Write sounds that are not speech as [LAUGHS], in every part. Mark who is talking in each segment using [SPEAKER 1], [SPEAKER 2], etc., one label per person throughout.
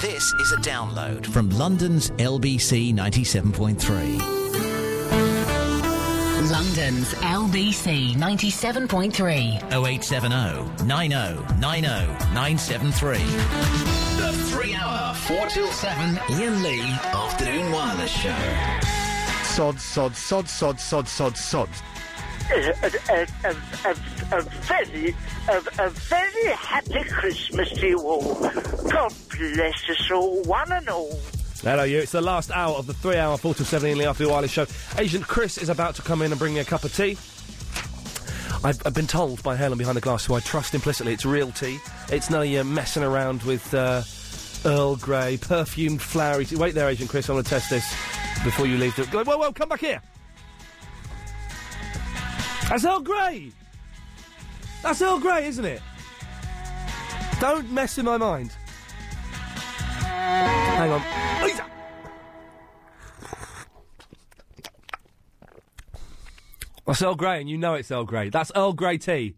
[SPEAKER 1] This is a download from London's LBC 97.3.
[SPEAKER 2] London's LBC 97.3.
[SPEAKER 1] 0870 90 90 973. The three hour, four till seven, Ian Lee Afternoon Wireless Show.
[SPEAKER 3] Sod, sod, sod, sod, sod, sod, sod.
[SPEAKER 4] a, a, a, a, a very, a, a very happy Christmas to you all. God bless us all, one and all.
[SPEAKER 5] Hello, you. It's the last hour of the three-hour, four to seven in the afternoon wireless show. Agent Chris is about to come in and bring me a cup of tea. I've, I've been told by Helen behind the glass, who I trust implicitly, it's real tea. It's none of you messing around with uh, Earl Grey, perfumed, flowery tea. Wait there, Agent Chris. I want to test this before you leave. The... Whoa, whoa, come back here. That's Earl Grey. That's Earl Grey, isn't it? Don't mess in my mind. Hang on. Lisa! That's Earl Grey, and you know it's Earl Grey. That's Earl Grey tea.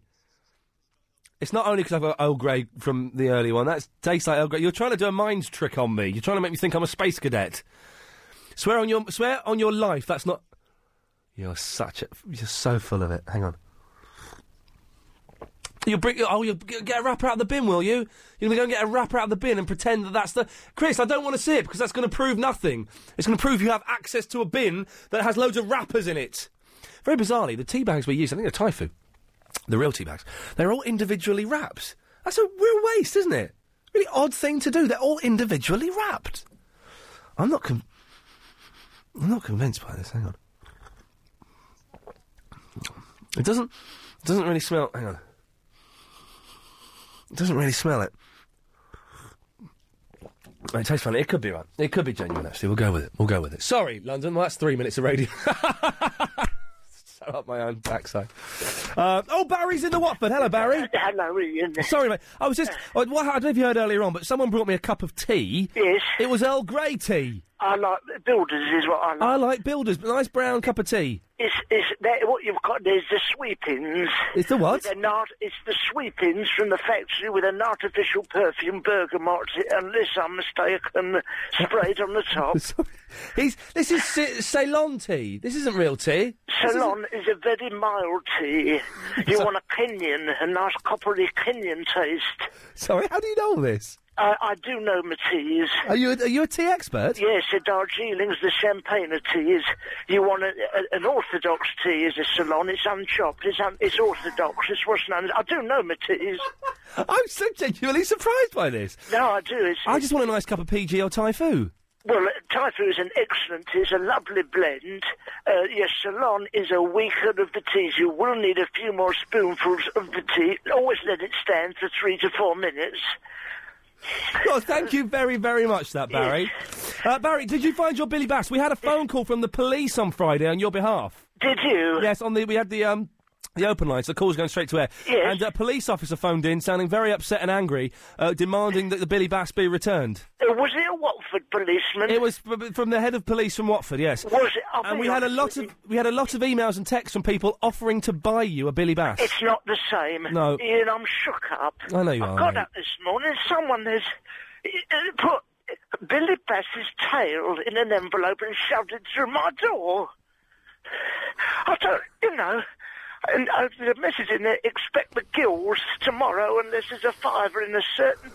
[SPEAKER 5] It's not only because I've got Earl Grey from the early one. That tastes like Earl Grey. You're trying to do a mind trick on me. You're trying to make me think I'm a space cadet. Swear on your swear on your life. That's not. You're such a. You're so full of it. Hang on. You'll bring. Oh, you'll g- get a wrapper out of the bin, will you? You're going to go and get a wrapper out of the bin and pretend that that's the. Chris, I don't want to see it because that's going to prove nothing. It's going to prove you have access to a bin that has loads of wrappers in it. Very bizarrely, the tea bags we used, I think they're Typhoo, the real tea bags, they're all individually wrapped. That's a real waste, isn't it? Really odd thing to do. They're all individually wrapped. I'm not. Con- I'm not convinced by this. Hang on. It doesn't. It doesn't really smell. Hang on. It doesn't really smell it. It tastes funny. It could be right. It could be genuine. Actually, we'll go with it. We'll go with it. Sorry, London. Well, that's three minutes of radio. [LAUGHS] so up my own backside. Uh, oh, Barry's in the Watford. Hello, Barry.
[SPEAKER 4] Hello, Ian.
[SPEAKER 5] Sorry, mate. I was just. I, what, I don't know if you heard earlier on, but someone brought me a cup of tea.
[SPEAKER 4] Yes.
[SPEAKER 5] It was Earl Grey tea.
[SPEAKER 4] I like builders is what I like.
[SPEAKER 5] I like builders. Nice brown cup of tea.
[SPEAKER 4] It's, it's that, what you've got there's the sweepings.
[SPEAKER 5] It's the what? [LAUGHS]
[SPEAKER 4] With an art, it's the sweepings from the factory with an artificial perfume, bergamot, unless I'm mistaken, sprayed on the top.
[SPEAKER 5] He's, this is Ce- Ceylon tea. This isn't real tea.
[SPEAKER 4] Ceylon is a very mild tea. You want a Kenyan, a nice coppery Kenyan taste.
[SPEAKER 5] Sorry, how do you know all this?
[SPEAKER 4] I, I do know my teas.
[SPEAKER 5] Are you a, are you a tea expert?
[SPEAKER 4] Yes, the Darjeeling's, the Champagne of teas. You want a, a, an orthodox tea is a Ceylon. It's unchopped. It's un, it's orthodox. It's what's known. as- I do know my teas.
[SPEAKER 5] I'm so genuinely surprised by this.
[SPEAKER 4] No, I do. It's,
[SPEAKER 5] I just want a nice cup of PG or Typhoo.
[SPEAKER 4] Well, Typhoo is an excellent tea. It's a lovely blend. Uh, yes, Ceylon is a weaker of the teas. You will need a few more spoonfuls of the tea. Always let it stand for three to four minutes.
[SPEAKER 5] Well, thank you very, very much, for that Barry. Uh, Barry, did you find your Billy Bass? We had a phone call from the police on Friday on your behalf.
[SPEAKER 4] Did you?
[SPEAKER 5] Yes, on the we had the um the open line, so the call was going straight to air.
[SPEAKER 4] Yes.
[SPEAKER 5] And a police officer phoned in, sounding very upset and angry, uh, demanding that the Billy Bass be returned.
[SPEAKER 4] Uh, was it a Watford policeman?
[SPEAKER 5] It was f- from the head of police from Watford. Yes.
[SPEAKER 4] Was it? I'll
[SPEAKER 5] and
[SPEAKER 4] be
[SPEAKER 5] we had a
[SPEAKER 4] honest
[SPEAKER 5] lot
[SPEAKER 4] with
[SPEAKER 5] of we had a lot of emails and texts from people offering to buy you a Billy Bass.
[SPEAKER 4] It's not the same.
[SPEAKER 5] No.
[SPEAKER 4] Ian, I'm shook up.
[SPEAKER 5] I know you
[SPEAKER 4] I
[SPEAKER 5] are,
[SPEAKER 4] got
[SPEAKER 5] mate.
[SPEAKER 4] up this morning. Someone has uh, put Billy Bass's tail in an envelope and shoved it through my door. I don't, you know. And I the message in there, expect the gills tomorrow unless there's a fiver in a certain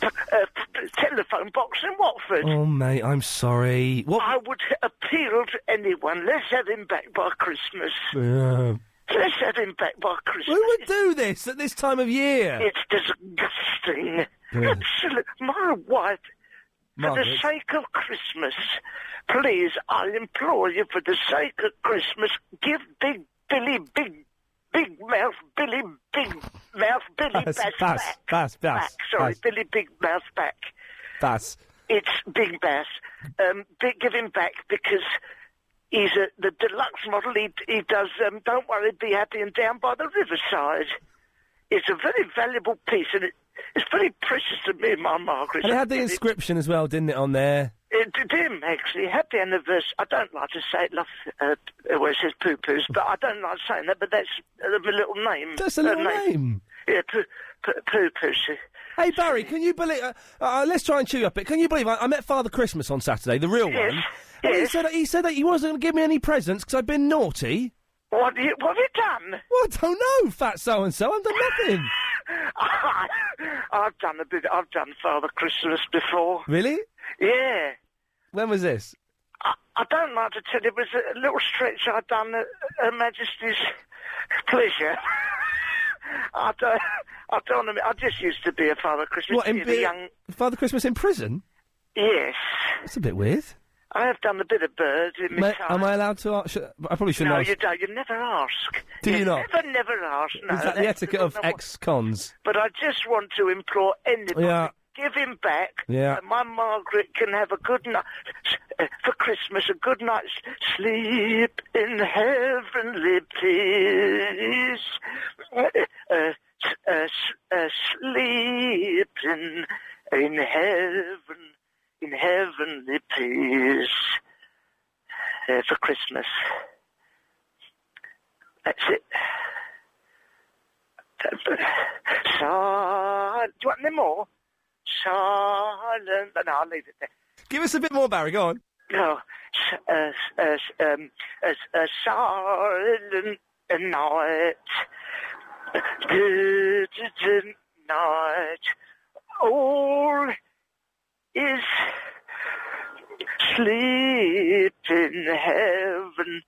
[SPEAKER 4] p- uh, p- telephone box in Watford.
[SPEAKER 5] Oh mate, I'm sorry.
[SPEAKER 4] [LAUGHS]
[SPEAKER 5] What?
[SPEAKER 4] I would appeal to anyone. Let's have him back by Christmas.
[SPEAKER 5] Uh,
[SPEAKER 4] Let's have him back by Christmas.
[SPEAKER 5] who would do this at this time of year?
[SPEAKER 4] It's disgusting.
[SPEAKER 5] Yeah.
[SPEAKER 4] Absolute. My wife, for the
[SPEAKER 5] Margaret.
[SPEAKER 4] sake of Christmas, please, I implore you, for the sake of Christmas, give Big Billy, Big, Big Mouth, Billy, Big Mouth, Billy
[SPEAKER 5] Bass,
[SPEAKER 4] Bass
[SPEAKER 5] Bass,
[SPEAKER 4] back.
[SPEAKER 5] Bass, Bass,
[SPEAKER 4] back. Sorry,
[SPEAKER 5] Bass.
[SPEAKER 4] Billy Big Mouth back.
[SPEAKER 5] Bass.
[SPEAKER 4] It's Big Bass. Um, bi- give him back because he's a, the deluxe model. He, he does, um, don't worry, be happy and down by the riverside. It's a very valuable piece and it, it's very precious to me and my Margaret.
[SPEAKER 5] And it had the inscription as well, didn't it, on there?
[SPEAKER 4] It did him, actually. Happy anniversary. I don't like to say it, love, uh, where it says poo-poos, but I don't like saying that, but that's uh, my little name.
[SPEAKER 5] That's a
[SPEAKER 4] Her
[SPEAKER 5] little name.
[SPEAKER 4] Yeah, poo- poo- poo-poos.
[SPEAKER 5] Hey Barry, can you believe? Uh, uh, let's try and chew you up a bit. Can you believe I, I met Father Christmas on Saturday, the real
[SPEAKER 4] Yes,
[SPEAKER 5] one? And he said he said that he wasn't going to give me any presents because I'd been naughty.
[SPEAKER 4] What have you, what have you done?
[SPEAKER 5] Well, I don't know, fat so and so. I've done
[SPEAKER 4] [SIGHS]
[SPEAKER 5] nothing.
[SPEAKER 4] [LAUGHS] I've done a bit. I've done Father Christmas before.
[SPEAKER 5] really?
[SPEAKER 4] Yeah.
[SPEAKER 5] When was this?
[SPEAKER 4] I don't like to tell you, it was a little stretch I'd done at Her Majesty's pleasure. [LAUGHS] I don't, I don't know, I just used to be a Father Christmas.
[SPEAKER 5] What, in
[SPEAKER 4] being
[SPEAKER 5] bi-
[SPEAKER 4] a young,
[SPEAKER 5] Father Christmas in prison?
[SPEAKER 4] yes.
[SPEAKER 5] That's a bit weird.
[SPEAKER 4] I have done a bit of bird in my
[SPEAKER 5] Ma-
[SPEAKER 4] time.
[SPEAKER 5] am I allowed to? Ask, sh- I probably shouldn't.
[SPEAKER 4] no,
[SPEAKER 5] ask.
[SPEAKER 4] you don't. You never ask.
[SPEAKER 5] Do you not?
[SPEAKER 4] Never, never ask. No.
[SPEAKER 5] Is that the
[SPEAKER 4] That's-
[SPEAKER 5] etiquette of ex-cons?
[SPEAKER 4] But I just want to implore anybody.
[SPEAKER 5] Yeah.
[SPEAKER 4] Give him back.
[SPEAKER 5] Yeah.
[SPEAKER 4] And my Margaret can have a good night uh, for Christmas. A good night's sleep in heavenly peace. Uh, uh, s- uh, s- uh, sleep in in heaven, in heavenly peace uh, for Christmas. That's it. Silent. Do you want any more? Silent. No, I'll leave it there.
[SPEAKER 5] Give us a bit more, Barry. Go on.
[SPEAKER 4] No. S- uh, s- uh, s- um, uh, s- uh, silent night. Good night. All is sleep in heaven.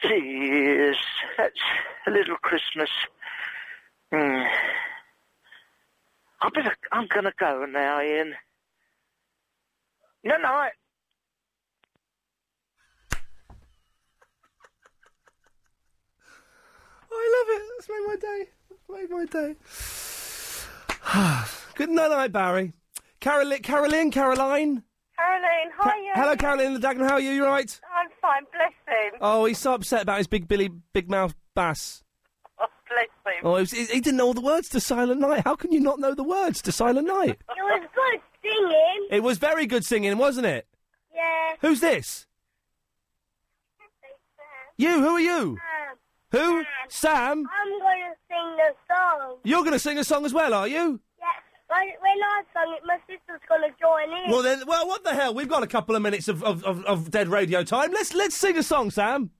[SPEAKER 4] Please. That's a little Christmas. Hmm. I better, I'm going to go now, Ian. No, no, I-
[SPEAKER 5] Oh, I love it. That's made my day. That's made my day. [SIGHS] Good night, night, Barry. Caroli- Caroline, Caroline.
[SPEAKER 6] Caroline, hi. yeah.
[SPEAKER 5] Hello, Caroline the Dagenham. How are you? You all right?
[SPEAKER 6] I'm fine, bless him.
[SPEAKER 5] Oh, he's so upset about his big Billy, big mouth bass.
[SPEAKER 6] Oh, bless
[SPEAKER 5] [LAUGHS]
[SPEAKER 6] him.
[SPEAKER 5] Oh, he, was- he he didn't know all the words to Silent Night. How can you not know the words to Silent Night?
[SPEAKER 6] It was good singing.
[SPEAKER 5] It was very good singing, wasn't it?
[SPEAKER 6] Yeah.
[SPEAKER 5] [LAUGHS] Who's this? You. Who are you? Who? Sam.
[SPEAKER 6] I'm going to sing the song.
[SPEAKER 5] You're going to sing a song as well, are you?
[SPEAKER 6] Yeah. When, when I sung it, my sister's going to join in.
[SPEAKER 5] Well then, well, what the hell? We've got a couple of minutes of, of, of, of dead radio time. Let's let's sing a song, Sam.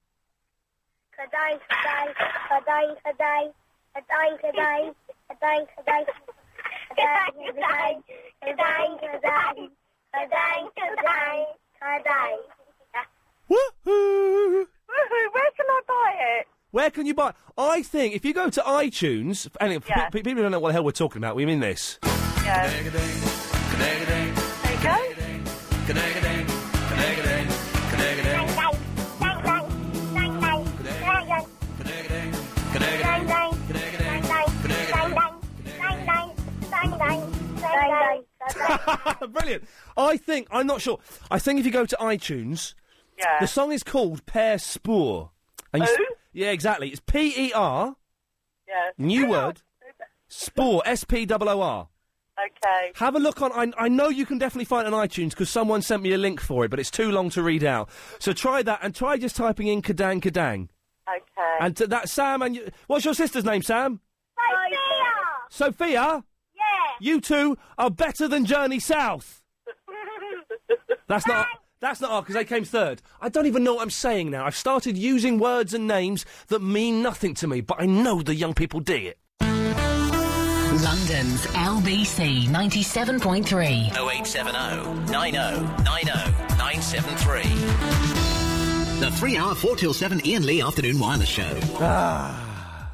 [SPEAKER 6] Kadang, kadang, kadang, kadang, kadang, kadang, kadang, kadang, kadang, kadang, kadang, kadang, kadang, kadang.
[SPEAKER 5] Woohoo!
[SPEAKER 6] Woohoo, where can I buy it?
[SPEAKER 5] Where can you buy? I think if you go to iTunes, and if
[SPEAKER 6] Yeah.
[SPEAKER 5] pe- people don't know what the hell we're talking about. We mean this.
[SPEAKER 6] Yeah. There you go.
[SPEAKER 5] [LAUGHS] Brilliant. I think I'm not sure. I think if you go to iTunes,
[SPEAKER 6] Yeah.
[SPEAKER 5] the song is called Pear Spoor. And you s- yeah, exactly. It's P E R
[SPEAKER 6] Yeah.
[SPEAKER 5] new word Spoor S P O O R.
[SPEAKER 6] Okay.
[SPEAKER 5] Have a look on. I, I know you can definitely find it on iTunes because someone sent me a link for it, but it's too long to read out. So try that and try just typing in Kadang Kadang.
[SPEAKER 6] Okay.
[SPEAKER 5] And to that Sam and you, what's your sister's name, Sam? Sophia.
[SPEAKER 6] Yeah.
[SPEAKER 5] You two are better than Journey South. That's not. That's not because they came third. I don't even know what I'm saying now. I've started using words and names that mean nothing to me, but I know the young people dig it.
[SPEAKER 2] London's LBC 97.3.
[SPEAKER 1] 0870 90 90 oh, 973. The three hour 4 till 7 Ian Lee afternoon wireless show.
[SPEAKER 5] Ah.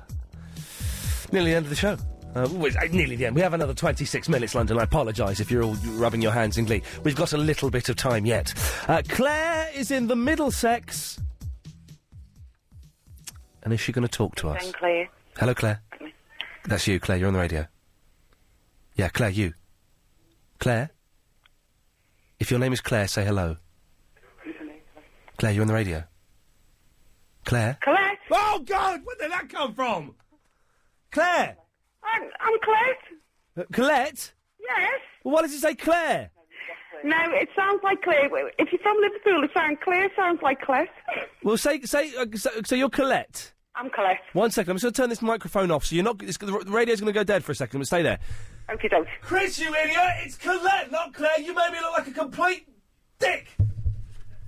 [SPEAKER 5] Nearly the end of the show. Uh, well, it's, uh, nearly the end. We have another 26 minutes, London. I apologise if you're all rubbing your hands in glee. We've got a little bit of time yet. Uh, Claire is in the Middlesex. And is she going to talk to us?
[SPEAKER 7] Claire.
[SPEAKER 5] Hello, Claire. That's you, Claire. You're on the radio. Yeah, Claire, you. Claire? If your name is Claire, say hello. Claire, you're on the radio. Claire?
[SPEAKER 7] Claire?
[SPEAKER 5] Oh, God! Where did that come from? Claire?
[SPEAKER 7] I'm, I'm Claire.
[SPEAKER 5] Uh, Colette?
[SPEAKER 7] Yes.
[SPEAKER 5] Well, why does it say Claire?
[SPEAKER 7] No, it sounds like Claire. If you're from Liverpool, it sounds Claire sounds like Claire. [LAUGHS]
[SPEAKER 5] Well, say, say, uh, so, so you're Colette.
[SPEAKER 7] I'm Colette.
[SPEAKER 5] One second, I'm just going to turn this microphone off so you're not. It's, the radio's going to go dead for a second, but stay there.
[SPEAKER 7] Okie doke.
[SPEAKER 5] Chris, you idiot! It's Colette, not Claire. You made me look like a complete dick.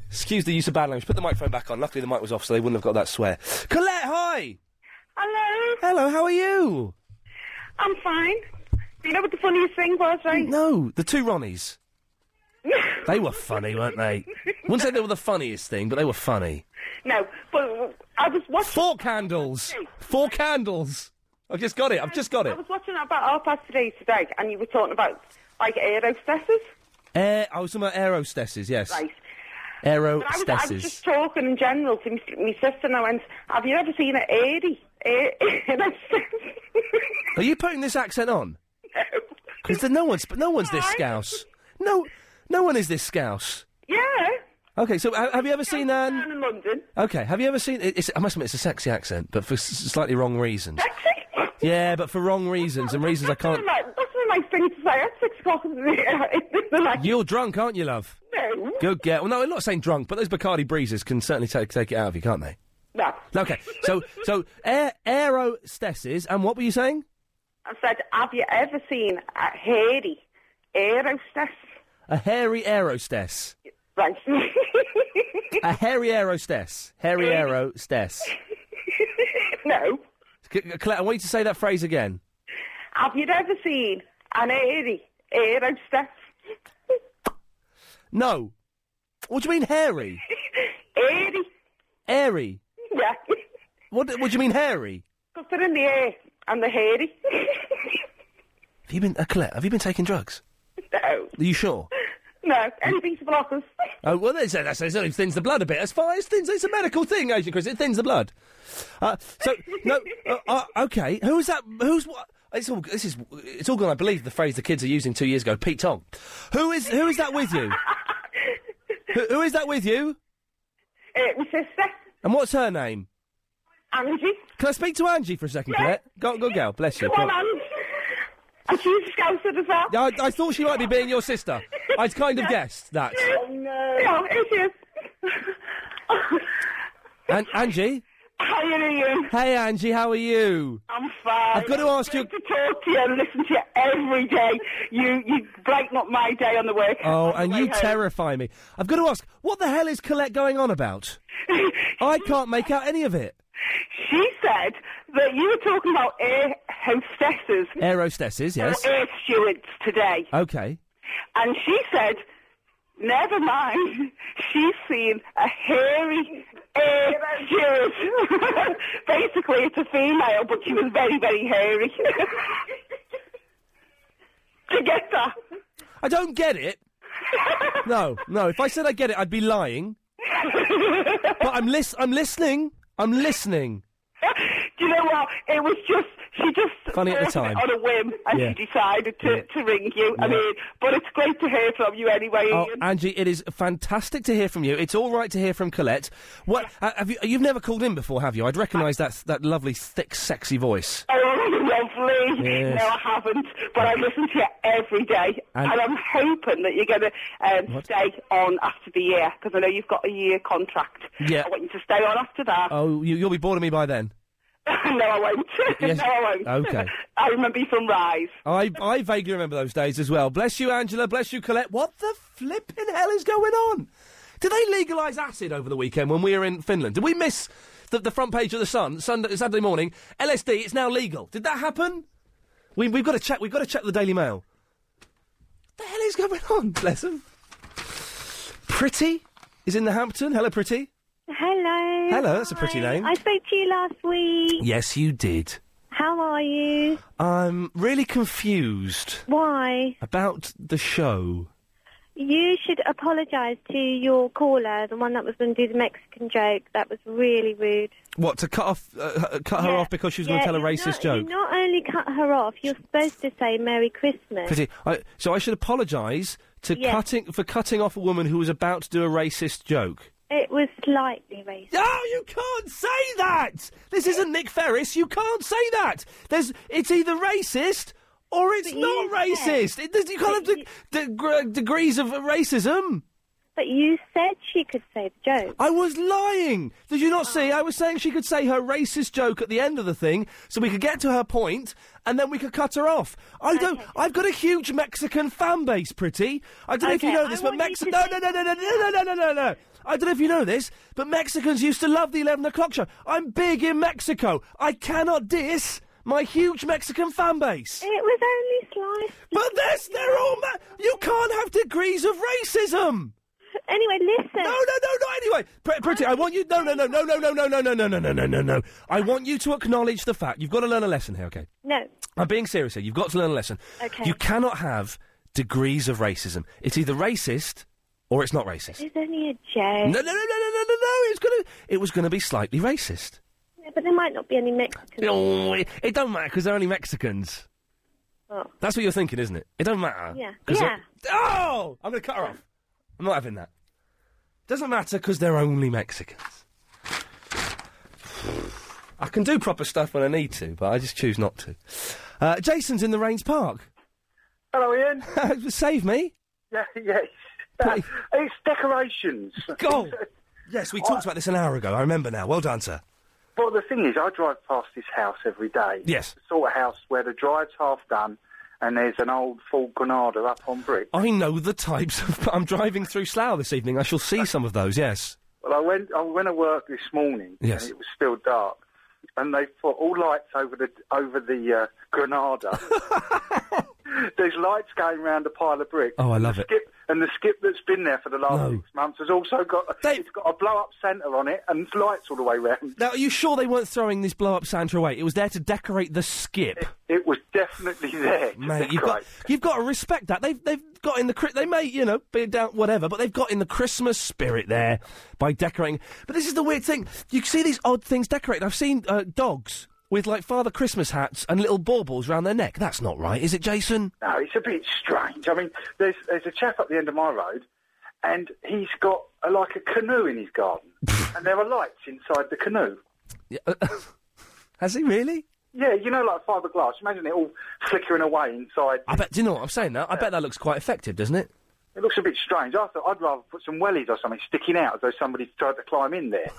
[SPEAKER 5] Excuse the use of bad language. Put the microphone back on. Luckily, the mic was off, so they wouldn't have got that swear. Colette, hi.
[SPEAKER 7] Hello.
[SPEAKER 5] Hello. How are you?
[SPEAKER 7] I'm fine. Do you know what the funniest thing was, right?
[SPEAKER 5] No, the two Ronnies. they were funny, weren't they? Wouldn't say they were the funniest thing, but they were funny.
[SPEAKER 7] No, but I was watching.
[SPEAKER 5] Four candles. Four candles. I've just got it. I've just got
[SPEAKER 7] I
[SPEAKER 5] it.
[SPEAKER 7] was watching about half past three today, and you were talking about like air hostesses,
[SPEAKER 5] Air. oh, I was talking about aerostesses. Yes.
[SPEAKER 7] right? But I was, I was
[SPEAKER 5] Aerostesses.
[SPEAKER 7] just talking in general to my, my sister, and I went, "Have you ever seen an airy [LAUGHS] air air hostess?"
[SPEAKER 5] Are you putting this accent on? Because no one's. No one's this scouse. No. No one is this scouse.
[SPEAKER 7] [LAUGHS] yeah.
[SPEAKER 5] Okay. So ha- have you ever seen um, an?
[SPEAKER 7] Down in London.
[SPEAKER 5] Okay. Have you ever seen? it- It's, I must admit, it's a sexy accent, but for s- slightly wrong reasons.
[SPEAKER 7] Sexy.
[SPEAKER 5] Yeah, but for wrong reasons and reasons I can't.
[SPEAKER 7] [LAUGHS] That's not a nice- that's not a nice thing to say at six o'clock in the, [LAUGHS] the night.
[SPEAKER 5] You're drunk, aren't you, love?
[SPEAKER 7] No.
[SPEAKER 5] Good girl. Well, no, I'm not saying drunk, but those Bacardi breezes can certainly take take it out of you, can't they?
[SPEAKER 7] No.
[SPEAKER 5] Okay. So so air, aerostasis, and what were you saying?
[SPEAKER 7] I said, "Have you ever seen a hairy air hostess?"
[SPEAKER 5] A hairy aerostess.
[SPEAKER 7] Right. [LAUGHS]
[SPEAKER 5] A hairy aerostess. Hairy aerostess.
[SPEAKER 7] no.
[SPEAKER 5] C- c- Colette, I want you to say that phrase again.
[SPEAKER 7] Have you ever seen an airy air hostess?
[SPEAKER 5] No. What do you mean hairy?
[SPEAKER 7] Airy.
[SPEAKER 5] Airy.
[SPEAKER 7] Yeah.
[SPEAKER 5] What, what do you mean hairy?
[SPEAKER 7] Because they're in the air and they're hairy. [LAUGHS]
[SPEAKER 5] Have you been, uh, Colette, have you been taking drugs?
[SPEAKER 7] no.
[SPEAKER 5] Are you sure?
[SPEAKER 7] No. Anything to block [LAUGHS] us.
[SPEAKER 5] Oh well, they say that's it. It thins the blood a bit. That's fine. It's thins. It's a medical thing, Agent Chris. It thins the blood. Uh, so no, uh, uh, okay. Who is that? Who's what? It's all. This is. It's all gone. I believe the phrase the kids are using two years ago. Pete Tong. Who is? Who is that with you? who, who is that with you?
[SPEAKER 7] Uh, my sister,
[SPEAKER 5] And what's her name?
[SPEAKER 7] Angie.
[SPEAKER 5] Can I speak to Angie for a second,
[SPEAKER 7] Yeah.
[SPEAKER 5] Colette? Go, go, girl. Bless you.
[SPEAKER 7] Come on,
[SPEAKER 5] Come on.
[SPEAKER 7] Angie. And she's scouted as well.
[SPEAKER 5] Yeah, I, I thought she might be being your sister. I'd kind of guessed that.
[SPEAKER 7] Oh, no. No, it is. [LAUGHS]
[SPEAKER 5] And Angie.
[SPEAKER 7] How are you?
[SPEAKER 5] Hey, Angie. How are you?
[SPEAKER 7] I'm fine.
[SPEAKER 5] I've got to ask you-
[SPEAKER 7] Good to talk to you and listen to you every day. You you brighten up my day on the way.
[SPEAKER 5] Oh,
[SPEAKER 7] on the
[SPEAKER 5] and
[SPEAKER 7] way
[SPEAKER 5] you
[SPEAKER 7] home.
[SPEAKER 5] terrify me. I've got to ask, what the hell is Colette going on about? I can't make out any of it.
[SPEAKER 7] [LAUGHS] She said that you were talking about air hostesses
[SPEAKER 5] Aerostesses, yes.
[SPEAKER 7] or air stewards today,
[SPEAKER 5] Okay.
[SPEAKER 7] and she said, "Never mind, [LAUGHS] she's seen a hairy air steward. [LAUGHS] Basically, it's a female, but she was very very hairy." [LAUGHS] Do you get that?
[SPEAKER 5] I don't get it. No, no. If I said I get it, I'd be lying. But I'm lis- I'm listening. I'm listening.
[SPEAKER 7] Do you know what? It was just she just
[SPEAKER 5] Funny at the
[SPEAKER 7] thought of it
[SPEAKER 5] time.
[SPEAKER 7] on a whim, and
[SPEAKER 5] Yeah.
[SPEAKER 7] she decided to,
[SPEAKER 5] Yeah.
[SPEAKER 7] to ring you. I mean, but it's great to hear from you anyway,
[SPEAKER 5] Oh,
[SPEAKER 7] Ian.
[SPEAKER 5] Angie, it is fantastic to hear from you. It's all right to hear from Colette. What ha- have you? You've never called in before, have you? I'd recognise that that lovely, thick, sexy voice.
[SPEAKER 7] Oh, lovely.
[SPEAKER 5] Yes.
[SPEAKER 7] No, I haven't, but I listen to you every day,
[SPEAKER 5] And-
[SPEAKER 7] and, I'm hoping that you're going to um,
[SPEAKER 5] What?
[SPEAKER 7] stay on after the year because I know you've got a year contract.
[SPEAKER 5] Yeah.
[SPEAKER 7] I want you to stay on after that.
[SPEAKER 5] Oh, you, you'll be bored of me by then.
[SPEAKER 7] [LAUGHS] no, I won't.
[SPEAKER 5] Yes.
[SPEAKER 7] [LAUGHS] no, I won't.
[SPEAKER 5] Okay.
[SPEAKER 7] I remember you from Rise.
[SPEAKER 5] I, I vaguely remember those days as well. Bless you, Angela. Bless you, Colette. What the flipping hell is going on? Did they legalise acid over the weekend when we were in Finland? Did we miss the, the front page of the Sun Sunday, Saturday morning? LSD, it's now legal. Did that happen? We, we've got to check. We've got to check the Daily Mail. What the hell is going on? Bless 'em. Pretty is in the Hampton. Hello, Pretty.
[SPEAKER 8] Hello.
[SPEAKER 5] Hello, that's a pretty
[SPEAKER 8] Hi.
[SPEAKER 5] name.
[SPEAKER 8] I spoke to you last week.
[SPEAKER 5] Yes, you did.
[SPEAKER 8] How are you?
[SPEAKER 5] I'm really confused
[SPEAKER 8] Why?
[SPEAKER 5] about the show.
[SPEAKER 8] You should apologise to your caller, the one that was going to do the Mexican joke. That was really rude.
[SPEAKER 5] What to cut off? Uh, h- cut her
[SPEAKER 8] Yeah.
[SPEAKER 5] off because she was going
[SPEAKER 8] Yeah,
[SPEAKER 5] to tell a
[SPEAKER 8] you
[SPEAKER 5] racist
[SPEAKER 8] not,
[SPEAKER 5] joke.
[SPEAKER 8] You not only cut her off, you're supposed to say Merry Christmas.
[SPEAKER 5] Pretty. I, so I should apologise to
[SPEAKER 8] Yeah.
[SPEAKER 5] cutting for cutting off a woman who was about to do a racist joke.
[SPEAKER 8] It was slightly racist.
[SPEAKER 5] Oh, you can't say that. This isn't Nick Ferris. You can't say that. There's. It's either racist or it's
[SPEAKER 8] But you
[SPEAKER 5] not
[SPEAKER 8] said-
[SPEAKER 5] racist. It, there's- you can't have de- de- gr- degrees of racism.
[SPEAKER 8] But you said she could say the joke.
[SPEAKER 5] I was lying. Did you not see? I was saying she could say her racist joke at the end of the thing, so we could get to her point, and then we could cut her off. I don't. I've got a huge Mexican fan base, pretty. I don't know if you
[SPEAKER 9] Okay,
[SPEAKER 5] know
[SPEAKER 9] I
[SPEAKER 5] this, but
[SPEAKER 9] want you
[SPEAKER 5] Mexico.
[SPEAKER 9] to
[SPEAKER 5] No, no, no, no, no, no, no, no, no, no. I don't know if you know this, but Mexicans used to love the eleven o'clock show. I'm big in Mexico. I cannot diss my huge Mexican fan base.
[SPEAKER 8] It was only slight.
[SPEAKER 5] But this, they're all. Ma- you can't have degrees of racism.
[SPEAKER 8] Anyway, listen.
[SPEAKER 5] No, no, no, not anyway. Pr- pretty, I want you. No, no, no, no, no, no, no, no, no, no, no, no, no, no, no. I want you to acknowledge the fact. You've got to learn a lesson here, okay?
[SPEAKER 8] No.
[SPEAKER 5] I'm being serious here. You've got to learn a lesson.
[SPEAKER 8] Okay.
[SPEAKER 5] You cannot have degrees of racism. It's either racist or it's not racist.
[SPEAKER 8] It's only a joke.
[SPEAKER 5] No, no, no, no, no, no, no, no. It's gonna. It was gonna be slightly racist.
[SPEAKER 8] Yeah, but there might not be any Mexicans.
[SPEAKER 5] Oh, it, it don't matter because they're only Mexicans.
[SPEAKER 8] Oh.
[SPEAKER 5] That's what you're thinking, isn't it? It don't matter.
[SPEAKER 8] Yeah.
[SPEAKER 5] 'Cause
[SPEAKER 8] Yeah.
[SPEAKER 5] they're- Oh, I'm gonna cut her off. I'm not having that. Doesn't matter because they're only Mexicans. [SIGHS] I can do proper stuff when I need to, but I just choose not to. Uh, Jason's in the Rains Park. [LAUGHS]
[SPEAKER 4] Hello, Ian.
[SPEAKER 5] Save me.
[SPEAKER 4] Yeah, [LAUGHS] yes. Uh, it's decorations.
[SPEAKER 5] Go. Yes, we talked about this an hour ago. I remember now. Well done, sir.
[SPEAKER 4] Well, the thing is, I drive past this house every day.
[SPEAKER 5] Yes.
[SPEAKER 4] The sort of house where the drive's half done and there's an old Ford Granada up on brick.
[SPEAKER 5] I know the types of. [LAUGHS] I'm driving through Slough this evening. I shall see some of those. Yes.
[SPEAKER 4] Well, I went, I went to work this morning
[SPEAKER 5] Yes.
[SPEAKER 4] and it was still dark. And they put all lights over the over the uh,
[SPEAKER 5] [LAUGHS]
[SPEAKER 4] Granada. There's lights going round a pile of brick.
[SPEAKER 5] Oh, I love it.
[SPEAKER 4] skip, and the skip that's been there for the last
[SPEAKER 5] No.
[SPEAKER 4] six months has also got it's got a blow up centre on it and lights all the way round.
[SPEAKER 5] Now, are you sure they weren't throwing this blow up Santa away? It was there to decorate the skip.
[SPEAKER 4] It was definitely [LAUGHS] there. to
[SPEAKER 5] Mate, you've got
[SPEAKER 4] decorate.
[SPEAKER 5] you've got to respect that. They've they've got in the Chri- they may you know be down whatever, but they've got in the Christmas spirit there by decorating. But this is the weird thing. You see these odd things decorated. I've seen uh, dogs with like Father Christmas hats and little baubles round their neck. That's not right, is it, Jason?
[SPEAKER 4] No, it's a bit strange. I mean, there's there's a chap up the end of my road, and he's got a, like a canoe in his
[SPEAKER 5] [LAUGHS]
[SPEAKER 4] garden, and there are lights inside the canoe.
[SPEAKER 5] Has he really?
[SPEAKER 4] Yeah, you know, like fiberglass. Imagine it all flickering away inside.
[SPEAKER 5] I bet. Do you know what I'm saying? Now I bet that looks quite effective, doesn't it?
[SPEAKER 4] It looks a bit strange. I thought I'd rather put some wellies or something sticking out as though somebody's tried to climb in
[SPEAKER 5] [LAUGHS]
[SPEAKER 4] there.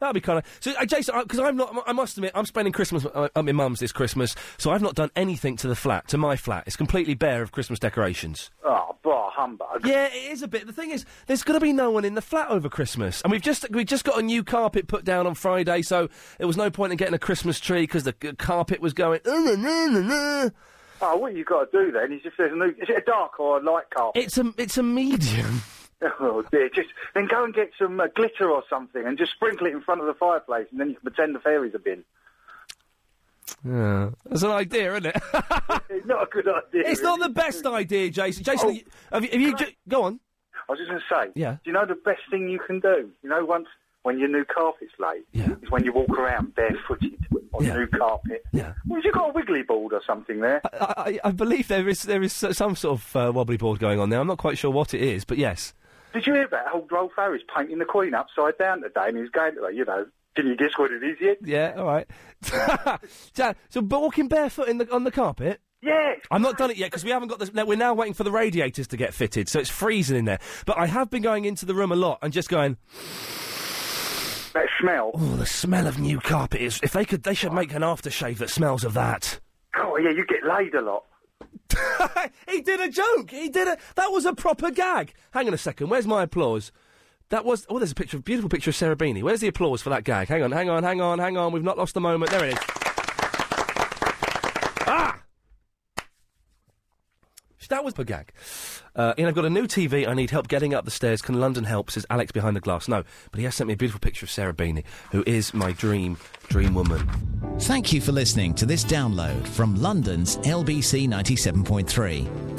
[SPEAKER 5] That'd be kind of so, uh, Jason. Because I'm not. I must admit, I'm spending Christmas uh, at my mum's this Christmas, so I've not done anything to the flat, to my flat. It's completely bare of Christmas decorations.
[SPEAKER 4] oh, bar humbug.
[SPEAKER 5] Yeah, it is a bit. The thing is, there's going to be no one in the flat over Christmas, and we've just we just got a new carpet put down on Friday, so there was no point in getting a Christmas tree because the c- carpet was going. "Uh, nah, nah, nah, nah."
[SPEAKER 4] Oh, what you've got to do then is if there's a new, is it a dark or a light carpet?
[SPEAKER 5] It's a it's a medium. [LAUGHS]
[SPEAKER 4] [LAUGHS] Oh dear, just then go and get some uh, glitter or something and just sprinkle it in front of the fireplace, and then you can pretend the fairies have been. [LAUGHS]
[SPEAKER 5] Yeah. That's an idea, isn't [LAUGHS] it?
[SPEAKER 4] It's not a good idea.
[SPEAKER 5] it's not the best idea, Jason. Jason, have you, have you, have you ju- go on?
[SPEAKER 4] I was just going to say,
[SPEAKER 5] Yeah.
[SPEAKER 4] do you know the best thing you can do? You know, once when your new carpet's laid, is when you walk around barefooted on new carpet. Yeah. Well, have you got a wiggly board or something
[SPEAKER 5] Uh,
[SPEAKER 4] there?
[SPEAKER 5] I, I I believe there is there is s- some sort of uh, wobbly board going on there. I'm not quite sure what it is, but yes.
[SPEAKER 4] Did you hear about old Rolf Harris painting the Queen upside down today? And he was going to her, you know, can you guess what it is yet?
[SPEAKER 5] Yeah, all right. [LAUGHS] so, so but walking barefoot in the, on the carpet.
[SPEAKER 4] Yeah.
[SPEAKER 5] I'm not done it yet because we haven't got this. no, We're now waiting for the radiators to get fitted, so it's freezing in there. But I have been going into the room a lot and just going.
[SPEAKER 4] That smell.
[SPEAKER 5] Oh, the smell of new carpet is. If they could, they should make an aftershave that smells of that.
[SPEAKER 4] Oh, yeah, you get laid a lot.
[SPEAKER 5] [LAUGHS] he did a joke. He did a. That was a proper gag. Hang on a second. Where's my applause? That was. Oh, there's a picture, beautiful picture of Sarah Beanie. Where's the applause for that gag? Hang on, hang on, hang on, hang on. We've not lost the moment. There it is. ah! That was a gag. Uh, Ian, I've got a new TV. I need help getting up the stairs. Can London help? Says Alex behind the glass. No, but he has sent me a beautiful picture of Sarah Beanie, who is my dream, dream woman.
[SPEAKER 1] Thank you for listening to this download from London's LBC 97.3.